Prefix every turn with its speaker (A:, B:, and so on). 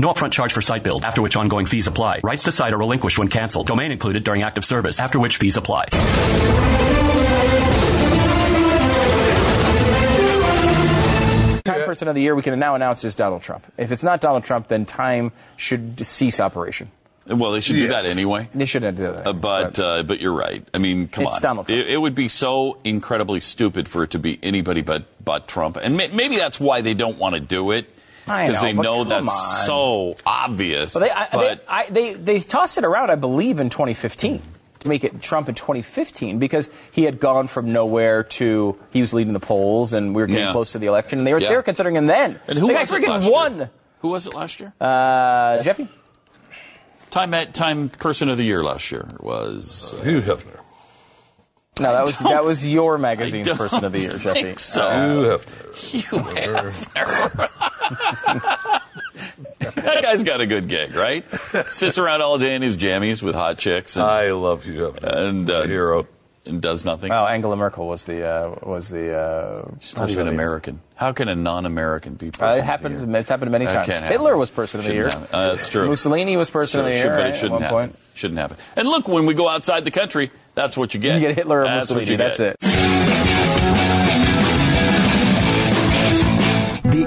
A: No upfront charge for site build, after which ongoing fees apply. Rights to site are relinquished when canceled. Domain included during active service, after which fees apply.
B: Time person of the year we can now announce is Donald Trump. If it's not Donald Trump, then time should cease operation.
C: Well, they should yes. do that anyway.
B: They should do that.
C: Uh, but uh, but you're right. I mean, come
B: it's
C: on.
B: Donald Trump.
C: It, it, would be so incredibly stupid for it to be anybody but but Trump. And may, maybe that's why they don't want to do it because they know that's on. so obvious.
B: Well, they, I, but they, I, they, they tossed it around, I believe, in 2015 to make it Trump in 2015 because he had gone from nowhere to he was leading the polls and we were getting yeah. close to the election and they were yeah. they were considering him then.
C: And who
B: the
C: was
B: freaking
C: it
B: won. Year?
C: Who was it last year?
B: Uh, Jeffy.
C: Time at time person of the year last year was
D: uh, Hugh Hefner.
B: No, that was that was your magazine's person of the year, Jeffy.
C: Think so
D: uh, Hugh
C: Hefner. Hugh Hefner. that guy's got a good gig, right? Sits around all day in his jammies with hot chicks.
D: And, I love you,
C: and
D: uh, hero,
C: and does nothing.
B: Well, oh, Angela Merkel was the uh, was the. Uh,
C: She's not even American. How can a non-American be? Person
B: uh, it happened. It's happened many times. Hitler was person
C: shouldn't
B: of the year.
C: Uh, that's true.
B: Mussolini was person
C: should,
B: of the year.
C: Should,
B: right,
C: shouldn't happen. Point. Shouldn't happen. And look, when we go outside the country, that's what you get.
B: You get Hitler or
C: that's
B: Mussolini.
C: That's
B: it.
E: The